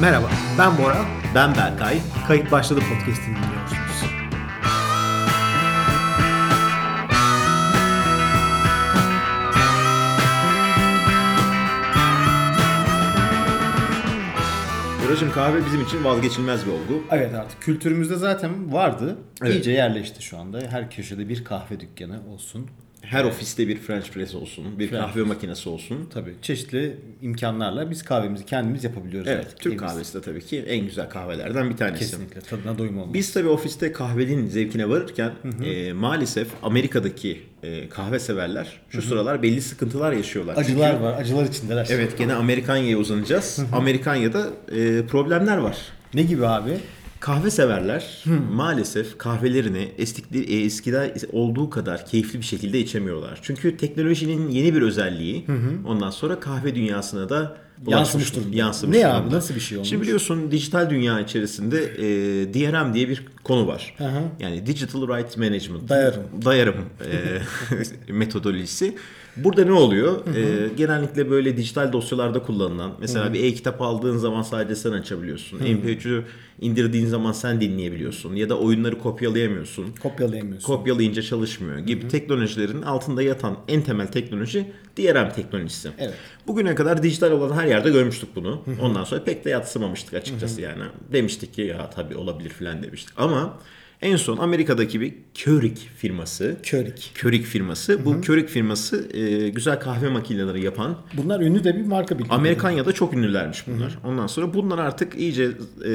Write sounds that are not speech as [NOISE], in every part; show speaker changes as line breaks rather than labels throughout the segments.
Merhaba, ben Bora.
Ben Berkay.
Kayıt başladı podcast'ini dinliyorsunuz.
Buracım kahve bizim için vazgeçilmez bir olgu.
Evet artık kültürümüzde zaten vardı.
Evet.
İyice yerleşti şu anda. Her köşede bir kahve dükkanı olsun.
Her ofiste bir French press olsun, bir
French.
kahve makinesi olsun.
Tabii çeşitli imkanlarla biz kahvemizi kendimiz yapabiliyoruz
Evet,
artık.
Türk
Evimizde.
kahvesi de tabii ki en güzel kahvelerden bir tanesi.
Kesinlikle tadına doyum olmaz.
Biz tabii ofiste kahvenin zevkine varırken e, maalesef Amerika'daki e, kahve severler şu sıralar belli sıkıntılar yaşıyorlar.
acılar
Çünkü-
var, acılar içindeler.
Evet, gene Amerikanya'ya uzanacağız. Amerikanya'da e, problemler var.
Ne gibi abi?
Kahve severler
Hmm.
maalesef kahvelerini eskidi, e, eskiden olduğu kadar keyifli bir şekilde içemiyorlar. Çünkü teknolojinin yeni bir özelliği ondan sonra kahve dünyasına da
Yansımış
bulaşmış-
durumda.
Yansımış
Ne abi,
durumda.
nasıl bir şey olmuş?
Şimdi biliyorsun dijital dünya içerisinde e, DRM diye bir konu var.
Hı hı.
Yani Digital Rights Management.
Dayarım.
Dayarım e, [LAUGHS] metodolojisi. Burada ne oluyor? E, genellikle böyle dijital dosyalarda kullanılan mesela bir e-kitap aldığın zaman sadece sen açabiliyorsun. MP3'ü indirdiğin zaman sen dinleyebiliyorsun ya da oyunları kopyalayamıyorsun.
Kopyalayamıyorsun.
Kopyalayınca çalışmıyor gibi teknolojilerin altında yatan en temel teknoloji DRM teknolojisi.
Evet.
Bugüne kadar dijital olan her yerde görmüştük bunu. Ondan sonra pek de yatsımamıştık açıkçası yani. Demiştik ki ya tabii olabilir falan demiştik. Ama en son Amerika'daki bir Keurig firması.
Körik.
Keurig firması. Bu Keurig firması e, güzel kahve makineleri yapan
Bunlar ünlü de bir marka bildiğin.
Amerikanya'da çok ünlülermiş bunlar. Ondan sonra bunlar artık iyice e,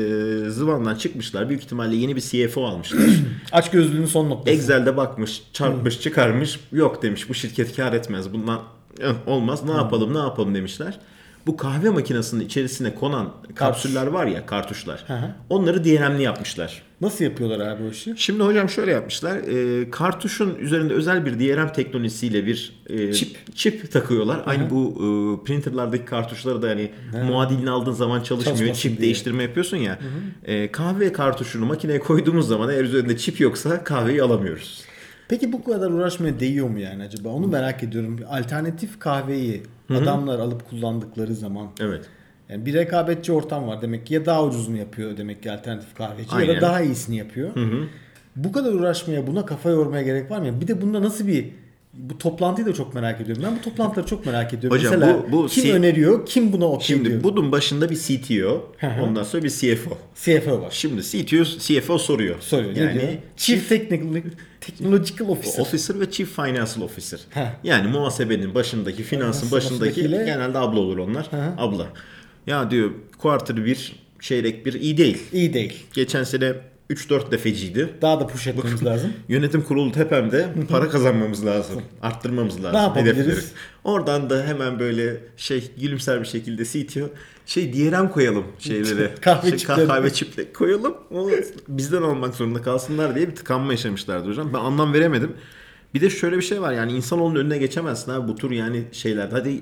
zıvandan çıkmışlar. Büyük ihtimalle yeni bir CFO almışlar.
Aç gözlüğünün son noktası.
Excel'de bakmış, çarpmış, çıkarmış. Yok demiş bu şirket kar etmez. Bundan eh, olmaz. Ne yapalım, ne yapalım demişler. Bu kahve makinesinin içerisine konan kapsüller var ya, kartuşlar.
hı.
Onları DRM'li yapmışlar.
Nasıl yapıyorlar abi o işi?
Şimdi hocam şöyle yapmışlar. Ee, kartuşun üzerinde özel bir DRM teknolojisiyle bir e,
Çip.
çip takıyorlar. Aynı bu e, printerlardaki kartuşları da hani muadilini aldığın zaman çalışmıyor.
Çalışmasın
çip
diye.
değiştirme yapıyorsun ya. E, kahve kartuşunu makineye koyduğumuz zaman eğer üzerinde çip yoksa kahveyi alamıyoruz.
Peki bu kadar uğraşmaya değiyor mu yani acaba? Onu merak ediyorum. Alternatif kahveyi adamlar alıp kullandıkları zaman
Evet.
Yani bir rekabetçi ortam var demek ki ya daha ucuzunu yapıyor demek ki alternatif kahveci ya
Aynen.
da daha iyisini yapıyor. Bu kadar uğraşmaya buna kafa yormaya gerek var mı? ya? Bir de bunda nasıl bir bu toplantıyı da çok merak ediyorum. Ben bu toplantıları çok merak ediyorum.
Hocam
Mesela
bu- bu
kim
si-
öneriyor? Kim buna okey
Şimdi
diyor?
bunun başında bir CTO,
Hı hı.
ondan sonra bir CFO.
CFO var.
Şimdi CTO, CFO soruyor.
Soruyor. ne diyor?
Yani
Chief Technical, Technological Officer.
Officer ve Chief Financial Officer.
Heh.
Yani muhasebenin başındaki, finansın başındaki
başındakiyle-
genelde abla olur onlar.
hı.
Abla. Ya diyor quarter bir, çeyrek bir iyi değil.
İyi değil.
Geçen sene 3-4 defeciydi.
Daha da push etmemiz lazım.
Yönetim kurulu tepemde para kazanmamız lazım. Arttırmamız lazım.
Ne yapabiliriz?
hedefleri. Oradan da hemen böyle şey gülümser bir şekilde CTO şey DRM koyalım şeylere.
[LAUGHS] Kahve
Şey,
çipleri.
kahve çipleri koyalım. O bizden olmak zorunda kalsınlar diye bir tıkanma yaşamışlardı hocam. Ben anlam veremedim. Bir de şöyle bir şey var yani insanoğlunun önüne geçemezsin abi bu tür yani şeylerde. Hadi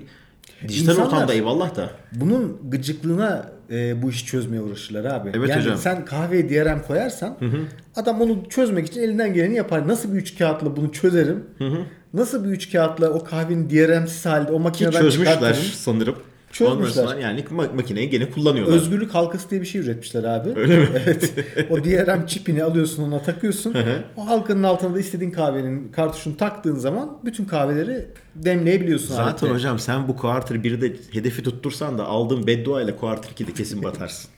dijital
İnsanlar-
ortamda eyvallah da.
Bunun gıcıklığına e, bu işi çözmeye uğraşırlar abi.
Evet
yani
hocam.
sen kahveye DRM koyarsan adam onu çözmek için elinden geleni yapar. Nasıl bir üç kağıtla bunu çözerim? Nasıl bir üç kağıtla o kahvenin DRM'siz halde o
Ki
makineden
çözmüşler
çıkartırım?
sanırım.
Çözmüşler.
Ondan sonra yani ma- makineyi gene kullanıyorlar.
Özgürlük halkası diye bir şey üretmişler abi. Öyle mi? [LAUGHS] Evet. O DRM çipini alıyorsun ona takıyorsun. o halkanın altına da istediğin kahvenin kartuşunu taktığın zaman bütün kahveleri demleyebiliyorsun.
Zaten
alette.
hocam sen bu Quarter 1'de hedefi tuttursan da aldığın beddua ile Quarter 2'de kesin [LAUGHS] batarsın.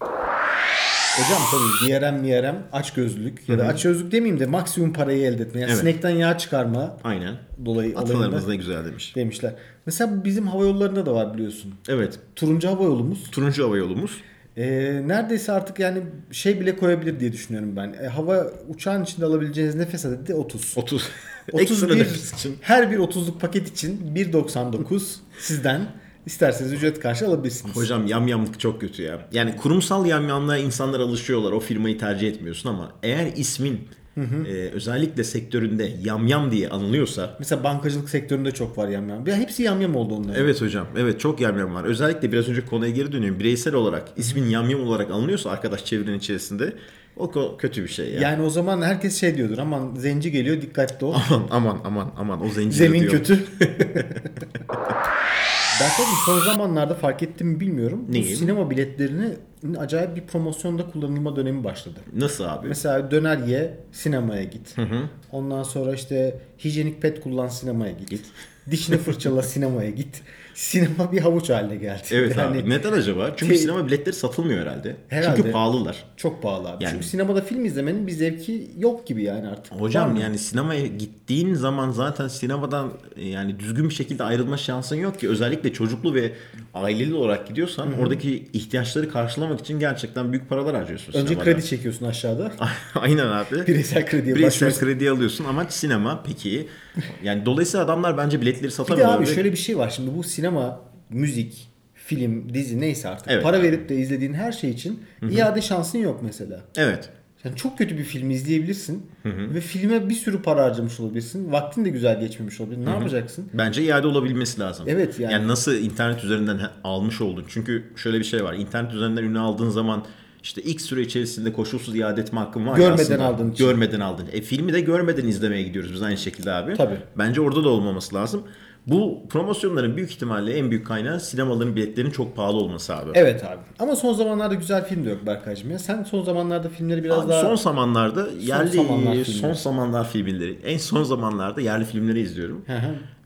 Hocam tabii DRM, MRM aç gözlülük ya da aç gözlük demeyeyim de maksimum parayı elde etme. Yani
Evet.
sinekten yağ çıkarma
Aynen.
dolayı
Atalarımız
olayında
ne güzel demiş.
demişler. Mesela bu bizim hava yollarında da var biliyorsun.
Evet.
Turuncu hava yolumuz
Turuncu hava yolumuz.
e, neredeyse artık yani şey bile koyabilir diye düşünüyorum ben. E, hava uçağın içinde alabileceğiniz nefes adedi de 30.
[LAUGHS] 30. Ekstra
31
nefes için.
her bir 30'luk paket için 1.99 sizden isterseniz ücret karşı alabilirsiniz.
Hocam yamyamlık çok kötü ya. Yani kurumsal yamyamlığa insanlar alışıyorlar. O firmayı tercih etmiyorsun ama eğer ismin e, özellikle sektöründe yamyam diye anılıyorsa
Mesela bankacılık sektöründe çok var yamyam. Ya hepsi yamyam oldu onların.
Evet hocam. Evet çok yamyam var. Özellikle biraz önce konuya geri dönüyorum. Bireysel olarak ismin yamyam olarak anılıyorsa arkadaş çevrenin içerisinde o ko- kötü bir şey ya.
Yani o zaman herkes şey diyordur aman zenci geliyor
[LAUGHS]
dikkatli ol.
Aman aman aman aman o zenci
Zemin
diyor.
kötü. Ben tabii son zamanlarda fark ettim mi bilmiyorum. Bu
Neyi?
sinema biletlerini acayip bir promosyonda kullanılma dönemi başladı.
Nasıl abi?
Mesela döner ye, sinemaya git. Ondan sonra işte hijyenik pet kullan, sinemaya git.
[LAUGHS]
Dişini fırçala, sinemaya git. Sinema bir havuç haline geldi.
Evet
Yani
abi. Neden acaba? Çünkü
Te-
sinema biletleri satılmıyor herhalde.
hani şey- Herhalde.
Çünkü pahalılar.
Çok pahalı abi.
Yani-
Çünkü sinemada film izlemenin bir zevki yok gibi yani artık. Var
Hocam
mı?
yani sinemaya gittiğin zaman zaten sinemadan e, yani düzgün bir şekilde ayrılma şansın yok ki. Özellikle çocuklu ve aileli olarak gidiyorsan oradaki ihtiyaçları karşılamak için gerçekten büyük paralar harcıyorsun
Önce
sinemada.
kredi çekiyorsun aşağıda.
[LAUGHS] Aynen abi.
Bireysel krediye
Bireysel
başvuruyorsun.
kredi alıyorsun amaç sinema peki. Yani dolayısıyla adamlar bence biletleri
Bir de
satamıyorlar.
abi
ve-
şöyle bir şey var. Şimdi bu sinema, müzik, film, dizi neyse artık.
Evet.
Para verip de izlediğin her şey için iade şansın yok mesela.
Evet.
Yani çok kötü bir film izleyebilirsin ve filme bir sürü para harcamış olabilirsin. Vaktin de güzel geçmemiş olabilir. Ne yapacaksın?
Bence iade olabilmesi lazım.
Evet, yani.
nasıl internet üzerinden he- almış oldun? Çünkü şöyle bir şey var. İnternet üzerinden ünlü aldığın zaman işte ilk süre içerisinde koşulsuz iade etme hakkın var. ya
Görmeden
aslında.
aldığın için.
Görmeden aldın. E filmi de görmeden izlemeye gidiyoruz biz aynı şekilde abi.
Tabii.
Bence orada da olmaması lazım. Bu promosyonların büyük ihtimalle en büyük kaynağı sinemaların biletlerinin çok pahalı olması abi.
Evet abi. Ama son zamanlarda güzel film de yok Berkaycığım ya. Sen son zamanlarda filmleri biraz
Abi
daha...
son zamanlarda yerli
zamanlar
son,
filmleri.
zamanlar filmleri en son zamanlarda yerli filmleri izliyorum.
hı.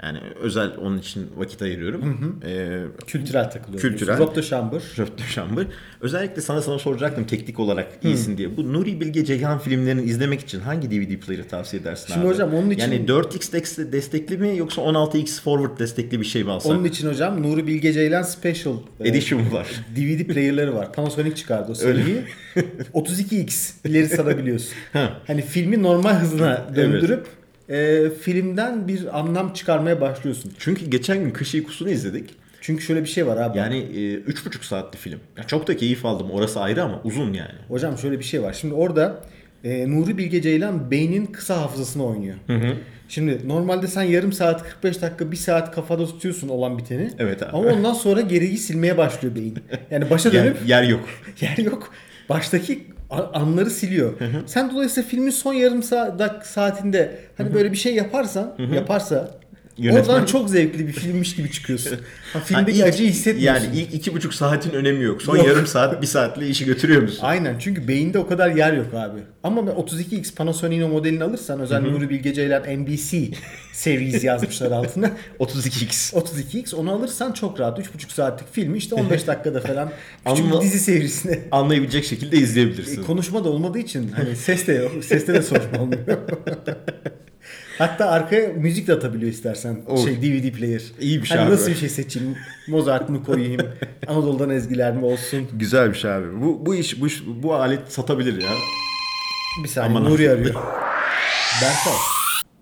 yani özel onun için vakit ayırıyorum. Ee,
Kültürel takılıyor.
Kültürel.
Rob de Chamber.
Röpte Şambır. Özellikle sana sana soracaktım teknik olarak iyisin diye. Bu Nuri Bilge Ceyhan filmlerini izlemek için hangi DVD player'ı tavsiye edersin
Şimdi
abi?
hocam onun için-
Yani 4X destekli- destekli mi yoksa 16X forward destekli bir şey mi alsak?
Onun için hocam Nuri Bilge Ceylan Special e,
Edition var. [LAUGHS]
DVD player'ları var. Panasonic çıkardı o seriyi. 32x ileri
[LAUGHS]
sarabiliyorsun. hani filmi normal hızına döndürüp e, filmden bir anlam çıkarmaya başlıyorsun.
Çünkü geçen gün Kış Uykusu'nu izledik.
Çünkü şöyle bir şey var abi.
Yani e, üç buçuk saatli film. Ya çok da keyif aldım. Orası ayrı ama uzun yani.
Hocam şöyle bir şey var. Şimdi orada e, Nuri Bilge Ceylan beynin kısa hafızasını oynuyor. Şimdi normalde sen yarım saat, 45 dakika, 1 saat kafada tutuyorsun olan biteni.
Evet abi.
Ama ondan sonra geriyi silmeye başlıyor
[LAUGHS]
beyin. Yani başa
Yer,
dönüp
yer yok.
[LAUGHS] yer yok. Baştaki a- anları siliyor. Sen dolayısıyla filmin son yarım saat dak- saatinde hani böyle bir şey yaparsan, yaparsa
Yönetmen-
oradan çok zevkli bir filmmiş gibi
[LAUGHS]
çıkıyorsun. Ha, filmdeki
Ha, ilk-
acıyı hissetmiyorsun.
Yani ilk iki buçuk saatin önemi yok. Son
Yok.
yarım saat, bir saatli işi
[LAUGHS]
götürüyor musun?
Aynen çünkü beyinde o kadar yer yok abi. Ama ben 32X Panasonic modelini alırsan özel Nuri Bilge Ceylan
[LAUGHS]
NBC series yazmışlar altına.
32x.
32X onu alırsan çok rahat. 3,5 saatlik filmi işte 15 dakikada
[LAUGHS]
falan küçük bir
Ama-
dizi serisine.
Anlayabilecek şekilde izleyebilirsin.
Konuşma da olmadığı için hani ses de yok. Seste de sorun
[LAUGHS]
olmuyor. Hatta arkaya müzik de atabiliyor istersen.
Olur.
Şey DVD player.
İyi bir şey
hani
abi.
Nasıl bir şey seçeyim? Mozart mı koyayım?
[LAUGHS]
Anadolu'dan ezgiler mi olsun?
Güzel bir şey abi. Bu bu iş bu iş- bu alet satabilir ya.
Bir saniye
Aman
Nuri
Allah'ım.
arıyor. Berkay.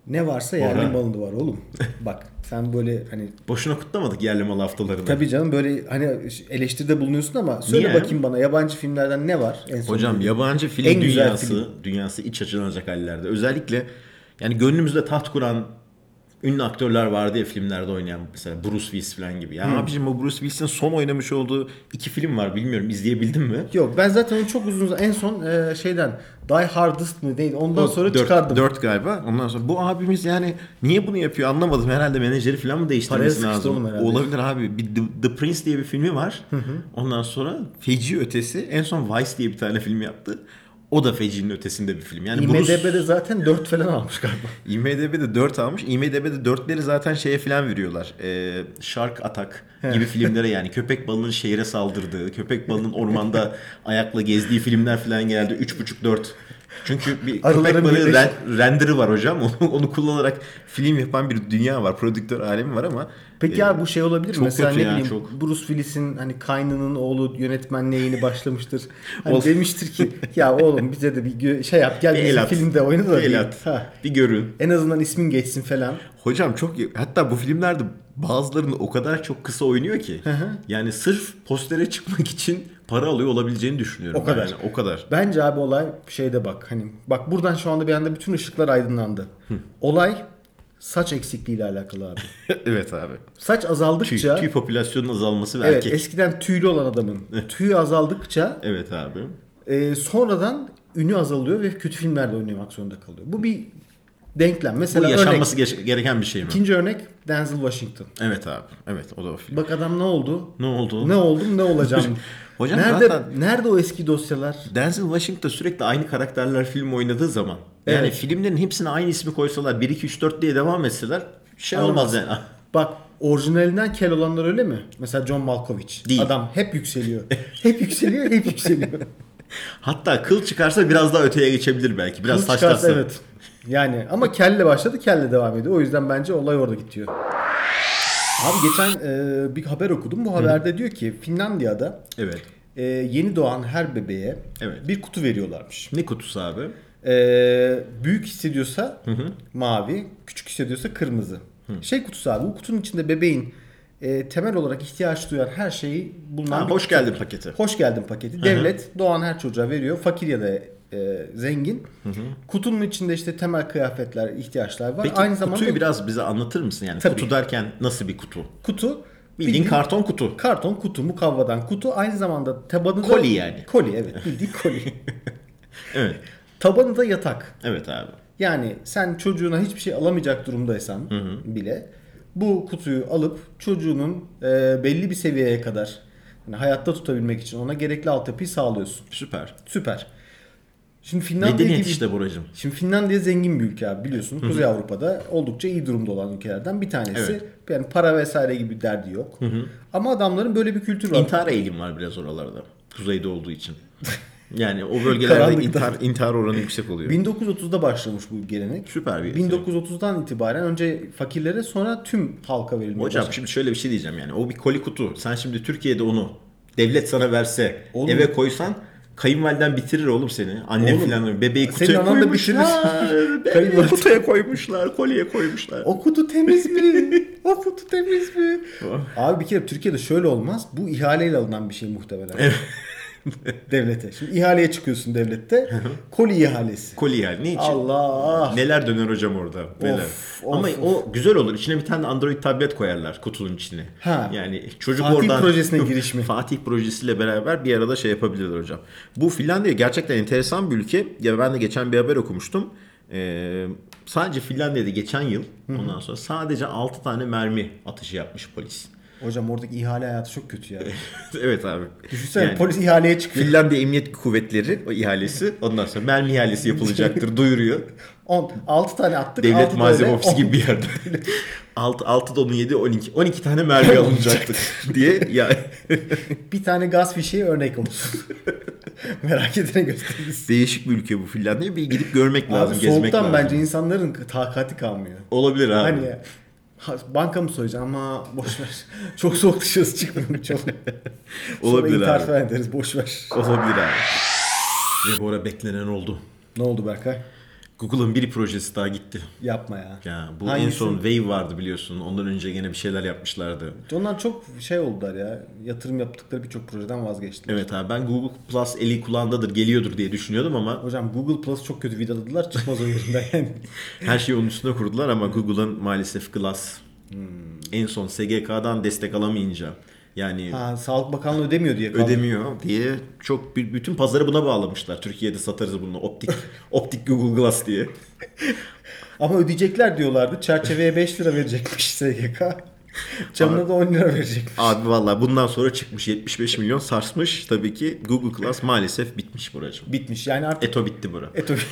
Ne varsa yerli
Orhan.
malında var oğlum. Bak sen böyle hani
Boşuna kutlamadık yerli mal haftalarını.
tabii canım böyle hani eleştiride bulunuyorsun ama söyle
Niye?
bakayım bana yabancı filmlerden ne var en son?
Hocam yabancı film
En güzel
dünyası dünyası iç açılacak hallerde. Özellikle yani gönlümüzde taht kuran ünlü aktörler vardı ya filmlerde oynayan mesela Bruce Willis falan gibi. Ya abicim o Bruce Willis'in son oynamış olduğu iki film var bilmiyorum izleyebildin mi?
Yok ben zaten onu çok uzun en son e, şeyden Die Hardest mi değil ondan sonra
Dört-
çıkardım.
Dört galiba. Ondan sonra bu abimiz yani niye bunu yapıyor anlamadım. Herhalde menajeri falan mı değiştirmesi
Paraya sıkıştı
lazım.
oğlum herhalde.
Olabilir abi. Bir The, The Prince diye bir filmi var. Ondan sonra Feci Ötesi. En son Vice diye bir tane film yaptı. O da Feci'nin ötesinde bir film. Yani
IMDB'de
Bruce,
zaten 4 falan almış galiba.
IMDB'de 4 almış. IMDB'de 4'leri zaten şeye falan veriyorlar. Ee, Shark Attack gibi filmlere yani köpek balının şehre saldırdığı, köpek
[LAUGHS]
balının ormanda ayakla gezdiği filmler falan geldi. 3,5-4. Çünkü bir
Arıların
köpek balığı
birleşik-
ren- render'ı var hocam. [LAUGHS] Onu, onu kullanarak film yapan bir dünya var. Prodüktör alemi var ama
Peki
e,
ya bu şey olabilir mi?
çok
Mesela ne
kötü ya,
bileyim
çok.
Bruce Willis'in hani Kaynan'ın oğlu yönetmenliğe yeni
[LAUGHS]
başlamıştır. Hani
Olsun.
demiştir ki ya oğlum bize de bir gö- şey yap gel
bir
bizim
el at.
filmde oyna da
bir
bir-
el at.
Ha.
Bir görün.
En azından ismin geçsin falan.
Hocam çok iyi. Hatta bu filmlerde bazılarını o kadar çok kısa oynuyor ki. yani sırf postere çıkmak için para alıyor olabileceğini düşünüyorum.
O
ben
kadar.
yani, o kadar.
Bence abi olay şeyde bak hani bak buradan şu anda bir anda bütün ışıklar aydınlandı. Olay saç eksikliğiyle alakalı abi.
[LAUGHS] evet abi.
Saç
Tüy,
azaldıkça
tüy popülasyonunun azalması ve
evet
erkek.
eskiden tüylü olan adamın tüyü azaldıkça
Evet abi.
Ee, sonradan ünü azalıyor ve kötü filmlerde oynamak zorunda kalıyor. Bu bir denklem.
Bu
Mesela
yaşanması
örnek.
geç- gereken bir şey mi?
İkinci örnek Denzel Washington.
Evet abi. Evet o da o film.
Bak adam ne oldu?
Ne oldu?
Ne oldum ne olacağım.
[LAUGHS] Hocam
nerede
zaten-
nerede o eski dosyalar?
Denzel Washington sürekli aynı karakterler film oynadığı zaman. Yani
Evet.
filmlerin hepsine aynı ismi koysalar 1 2 3 4 diye devam etseler şey olmaz
Olmaz.
yani. [LAUGHS]
Bak orijinalinden kel olanlar öyle mi? Mesela John Malkovich.
Değil.
Adam hep yükseliyor. hep yükseliyor, hep
[LAUGHS]
yükseliyor.
Hatta kıl çıkarsa biraz daha öteye geçebilir belki. Biraz
Bunu çıkarsa
saçlarsa.
evet. Yani ama kelle başladı, kelle devam ediyor. O yüzden bence olay orada gidiyor. Abi geçen e, bir haber okudum. Bu haberde diyor ki Finlandiya'da
Evet.
e, yeni doğan her bebeğe
Evet.
bir kutu veriyorlarmış.
Ne kutusu abi?
E, büyük hissediyorsa mavi, küçük hissediyorsa kırmızı. Şey kutusu abi. Bu kutunun içinde bebeğin e, temel olarak ihtiyaç duyan her şeyi bulunan
Ha,
bir
hoş
kutu.
geldin paketi.
Hoş geldin paketi. Devlet doğan her çocuğa veriyor. Fakir ya da e, zengin. Kutunun içinde işte temel kıyafetler, ihtiyaçlar var.
Peki
Aynı
kutuyu
zamanda
biraz bize anlatır mısın? Yani
Tabii.
kutu derken nasıl bir kutu?
kutu
Bildiğin karton kutu.
karton kutu, mukavvadan kutu. Aynı zamanda tabanı da-
Koli yani.
Koli evet bildiğin
[LAUGHS]
koli.
Evet.
tabanı da yatak.
Evet abi.
Yani sen çocuğuna hiçbir şey alamayacak durumdaysan bile bu kutuyu alıp çocuğunun e, belli bir seviyeye kadar yani hayatta tutabilmek için ona gerekli altyapıyı sağlıyorsun.
Süper.
Süper. Şimdi Finlandiya
Medeniyet
gibi-
işte buracım.
Şimdi Finlandiya zengin bir ülke abi biliyorsun. Kuzey Avrupa'da oldukça iyi durumda olan ülkelerden bir tanesi.
Evet.
Yani para vesaire gibi derdi yok. Ama adamların böyle bir kültürü var.
İntihar eğilim var biraz oralarda. Kuzeyde olduğu için. Yani o bölgelerde
Karanlıkta.
intihar, intihar oranı yüksek oluyor.
1930'da başlamış bu gelenek.
Süper bir şey.
1930'dan itibaren önce fakirlere sonra tüm halka verilmeye
Hocam
başladı.
şimdi şöyle bir şey diyeceğim yani. O bir koli kutu. Sen şimdi Türkiye'de onu devlet sana verse,
Oğlum.
eve koysan kayınvaliden bitirir oğlum seni. Annem
Oğlum.
filan bebeği
Senin
kutuya
anan da
koymuşlar.
[LAUGHS]
Bebeği
Kayınvalide.
kutuya koymuşlar, kolye koymuşlar.
O kutu temiz
[LAUGHS]
mi? o kutu temiz mi? Abi bir kere Türkiye'de şöyle olmaz. Bu ihaleyle alınan bir şey muhtemelen. Devlete. Şimdi ihaleye çıkıyorsun devlette. Koli ihalesi.
Koli yani ne için?
Allah.
Neler döner hocam orada. Neler.
Of,
Ama
of,
o güzel olur. İçine bir tane Android tablet koyarlar kutunun içine.
Ha.
Yani çocuk
Fatih
oradan
projesine giriş mi?
[LAUGHS] Fatih projesiyle beraber bir arada şey yapabilirler hocam. Bu Finlandiya gerçekten enteresan bir ülke. Ya ben de geçen bir haber okumuştum. Ee, sadece Finlandiya'da geçen yıl ondan sonra sadece 6 tane mermi atışı yapmış polis. [LAUGHS]
Hocam oradaki ihale hayatı çok kötü ya.
evet abi.
Düşünsene
Yani-
polis ihaleye çıkıyor.
Finlandiya Emniyet Kuvvetleri o ihalesi ondan sonra mermi
[LAUGHS]
ihalesi yapılacaktır duyuruyor.
10, 6 tane attık.
Devlet
altı da
Malzeme
öyle,
Ofisi
on-
gibi bir yerde. [LAUGHS] 6 6 da 17 12 12 tane mermi
[LAUGHS]
alınacaktı diye ya
[LAUGHS] Bir tane gaz fişeği örnek olsun. [LAUGHS] Merak edene gösteririz.
değişik bir ülke bu Finlandiya. Bir gidip görmek lazım,
Abi
gezmek lazım.
soğuktan bence insanların takati kalmıyor.
olabilir abi.
Hani ha, banka mı soyacağım ama boş ver. [LAUGHS] Çok soğuk dışarısı çıkmıyor. [LAUGHS] Çok.
Olabilir
Sonra intihar
abi.
falan ederiz boş ver.
Olabilir abi. Ve bu ara beklenen oldu.
Ne oldu Berkay?
Google'ın bir projesi daha gitti.
Yapma ya.
Ya bu en
Hangisi?
son Wave vardı biliyorsun. Ondan önce gene bir şeyler yapmışlardı.
Onlar çok şey oldular ya. Yatırım yaptıkları birçok projeden vazgeçtiler.
Evet abi ben Google Plus eli kulağındadır geliyordur diye düşünüyordum ama
Hocam Google Plus çok kötü vidaladılar. Çıkmaz o yerinden [LAUGHS] yani.
Her şeyi onun üstüne kurdular ama Google'ın maalesef Glass en son SGK'dan destek alamayınca yani
Ha, Sağlık Bakanlığı ödemiyor diye kaldı.
ödemiyor diye çok b- bütün pazarı buna bağlamışlar. Türkiye'de satarız bunu [LAUGHS] optik optik Google Glass diye.
Ama ödeyecekler diyorlardı. Çerçeveye 5 lira verecekmiş SGK. [LAUGHS] Camına da 10 lira verecek.
Abi vallahi bundan sonra çıkmış 75 milyon sarsmış tabii ki Google Glass maalesef bitmiş buracığım.
Bitmiş. Yani artık
Eto bitti bura.
E tabii. [LAUGHS]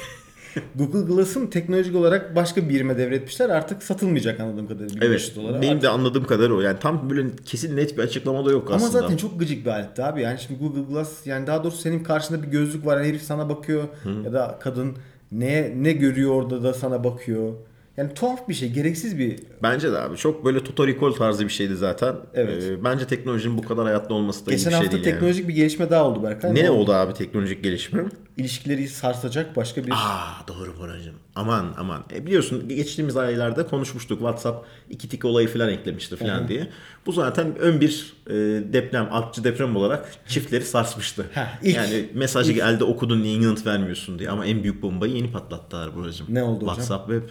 Google Glass'ın teknolojik olarak başka bir birime devretmişler. Artık satılmayacak anladığım kadarıyla.
Evet.
1500 dolara.
Benim
Artık-
de anladığım kadar o. Yani tam böyle kesin net bir açıklama da yok
Ama
aslında.
zaten çok gıcık bir aletti abi. Yani şimdi Google Glass yani daha doğrusu senin karşında bir gözlük var. Herif sana bakıyor ya da kadın ne ne görüyor orada da sana bakıyor. Yani tuhaf bir şey, gereksiz bir
Bence de abi çok böyle totorikol tarzı bir şeydi zaten.
Evet.
Ee, bence teknolojinin bu kadar hayatta olması da
Geçen
iyi bir şey
hafta
değil yani.
teknolojik bir gelişme daha oldu Berkay.
Ne oldu abi teknolojik gelişme?
İlişkileri sarsacak başka bir
Aa doğru Buracığım. Aman aman. E, biliyorsun geçtiğimiz aylarda konuşmuştuk. WhatsApp iki tik olayı falan eklemişti falan diye. Bu zaten ön bir e, deprem, akçı deprem olarak çiftleri sarsmıştı.
Heh, ilk-
yani mesajı elde okudun niye yanıt vermiyorsun diye. Ama en büyük bombayı yeni patlattılar Buracığım.
Ne oldu hocam?
WhatsApp Web.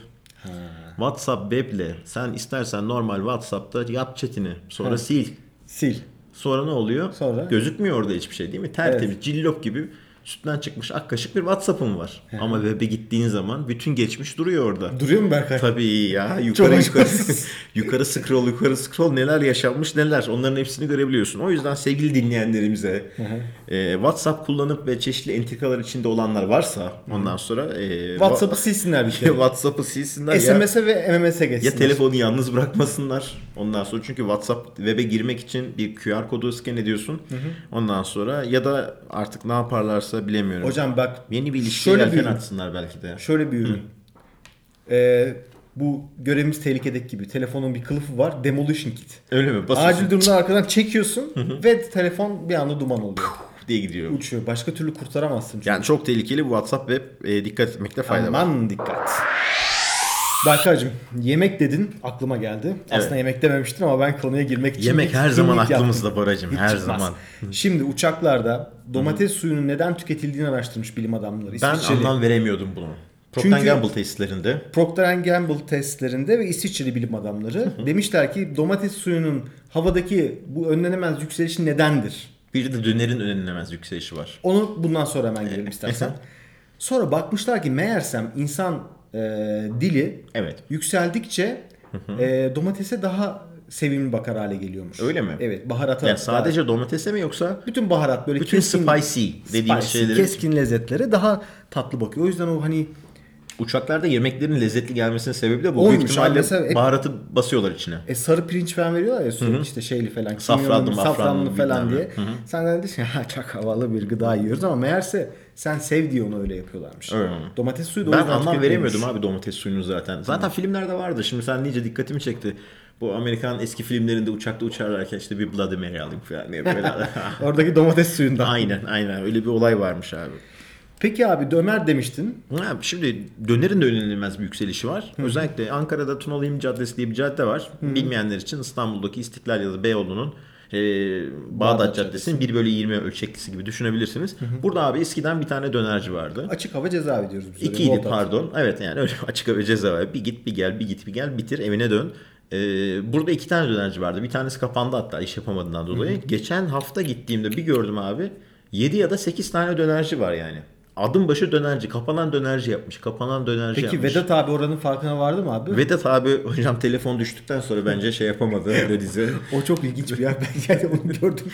WhatsApp Web'le sen istersen normal WhatsApp'ta yap chatini. Sonra sil.
sil.
Sonra ne oluyor?
Sonra?
Gözükmüyor orada hiçbir şey değil mi? Tertemiz, cillop gibi. sütten çıkmış ak kaşık bir WhatsApp'ım var. Ama web'e gittiğin zaman bütün geçmiş duruyor orada.
Duruyor mu Berkay?
Tabii ya. Yukarı yukarı,
acımasız.
[LAUGHS] yukarı scroll yukarı scroll neler yaşanmış neler onların hepsini görebiliyorsun. O yüzden sevgili dinleyenlerimize e, WhatsApp kullanıp ve çeşitli entrikalar içinde olanlar varsa ondan sonra e,
WhatsApp'ı silsinler bir
wa-
şey.
[LAUGHS] WhatsApp'ı silsinler ya-
SMS'e ve MMS'e geçsinler.
ya telefonu yalnız bırakmasınlar. Ondan sonra çünkü WhatsApp web'e girmek için bir QR kodu scan ediyorsun. Ondan sonra ya da artık ne yaparlarsa bilemiyorum.
Hocam bak
yeni bir ilişkiye
şöyle bir
yelken
ürün.
atsınlar belki de.
Şöyle bir ürün. Ee, bu görevimiz tehlikedeki gibi. Telefonun bir kılıfı var. Demolition kit.
Öyle mi? Basıyorsun
Acil durumda arkadan çekiyorsun ve telefon bir anda duman oluyor.
diye gidiyor.
Uçuyor. Başka türlü kurtaramazsın. çünkü.
Yani çok tehlikeli bu WhatsApp web e, dikkat etmekte fayda var.
Aman dikkat. Berkaycığım yemek dedin aklıma geldi. Aslında yemek dememiştin ama ben konuya girmek için
Yemek
bir
her zaman
klinik yaptım.
aklımızda Boracım
Hiç
her
çıkmaz.
zaman.
Şimdi uçaklarda domates suyunun neden tüketildiğini araştırmış bilim adamları.
Ben
İsviçreli.
anlam veremiyordum bunu. Procter
şey- Çünkü-
Gamble testlerinde
Procter Gamble testlerinde ve İsviçreli bilim adamları demişler ki domates suyunun havadaki bu önlenemez yükselişi nedendir?
bir de dönerin önlenemez yükselişi var.
Onu bundan sonra hemen
[LAUGHS]
girelim istersen. Sonra bakmışlar ki meğersem insan e, dili
Evet.
yükseldikçe e, domatese daha sevimli bakar hale geliyormuş.
Öyle mi?
Evet baharata.
Yani sadece domatese mi yoksa
bütün baharat böyle
bütün spicy dediğimiz
spicy,
şeyleri
keskin lezzetlere daha tatlı bakıyor. O yüzden o hani
uçaklarda yemeklerin lezzetli gelmesinin sebebi de bu.
Oymuş
Büyük ihtimalle
abi, mesela hep-
baharatı basıyorlar içine.
E sarı pirinç falan veriyorlar ya sürekli işte şeyli falan.
Safranlı,
kimyonlu,
mafranlı
safranlı falan
bilmem
diye. Sen de diyorsun ha çok havalı bir gıda yiyoruz ama meğerse sen sev diye onu öyle yapıyorlarmış.
Öyle mi?
Domates suyu da o
Ben
yüzden
anlam
tüketiliyormuş.
veremiyordum abi domates suyunu zaten. Zaten filmlerde vardı. Şimdi sen deyince dikkatimi çekti. Bu Amerikan eski filmlerinde uçakta uçarlarken işte bir Bloody Mary alayım falan diye böyle.
Oradaki domates [LAUGHS] suyundan.
aynen aynen öyle bir olay varmış abi.
Peki abi döner demiştin.
Ha, şimdi dönerin de önlenilmez bir yükselişi var. Özellikle Ankara'da Tunalı İlim Caddesi diye bir cadde var. Bilmeyenler için İstanbul'daki İstiklal ya da Beyoğlu'nun e, Bağdat,
Bağdat
Caddesi'nin 1 bölü 20 ölçeklisi gibi düşünebilirsiniz. Burada abi eskiden bir tane dönerci vardı.
Açık hava cezaevi diyoruz biz. oraya,
İkiydi
Volta.
pardon. Evet yani öyle [LAUGHS] açık ve ceza var. Bir git bir gel bir git bir gel bitir evine dön. Ee, burada iki tane dönerci vardı. Bir tanesi kapandı hatta iş yapamadığından dolayı. Geçen hafta gittiğimde bir gördüm abi. 7 ya da 8 tane dönerci var yani. Adım başı dönerci. Kapanan dönerci yapmış. Kapanan dönerci
Peki
Şey yapmış.
Vedat abi oranın farkına vardı mı abi?
Vedat abi hocam telefon düştükten sonra bence şey yapamadı [LAUGHS] Deniz'e.
o çok ilginç bir yer.
[LAUGHS]
Ben yani onu gördüm.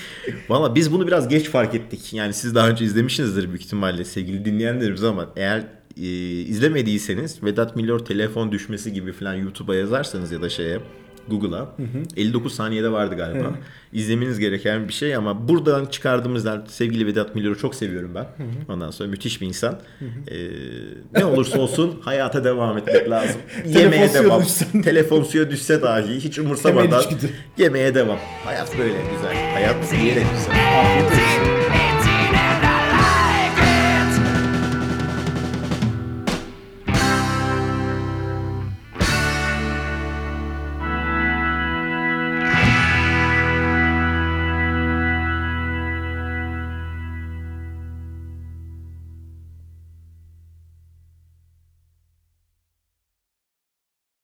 Valla biz bunu biraz geç fark ettik. Yani siz daha önce izlemişsinizdir büyük ihtimalle sevgili dinleyenlerimiz ama eğer e, izlemediyseniz Vedat Milor telefon düşmesi gibi falan YouTube'a yazarsanız ya da şeye Google'a 59 saniyede vardı galiba. İzlemeniz gereken bir şey ama buradan çıkardığımız ders, sevgili Vedat Milor'u çok seviyorum ben. Ondan sonra müthiş bir insan. E, ne olursa olsun hayata devam etmek lazım. Yemeğe
suya
devam.
düşsen.
[LAUGHS] Telefon suya düşse dahi hiç umursamadan
içgüdü.
yemeğe devam. Hayat böyle güzel. Hayat diyerek güzel.
Everything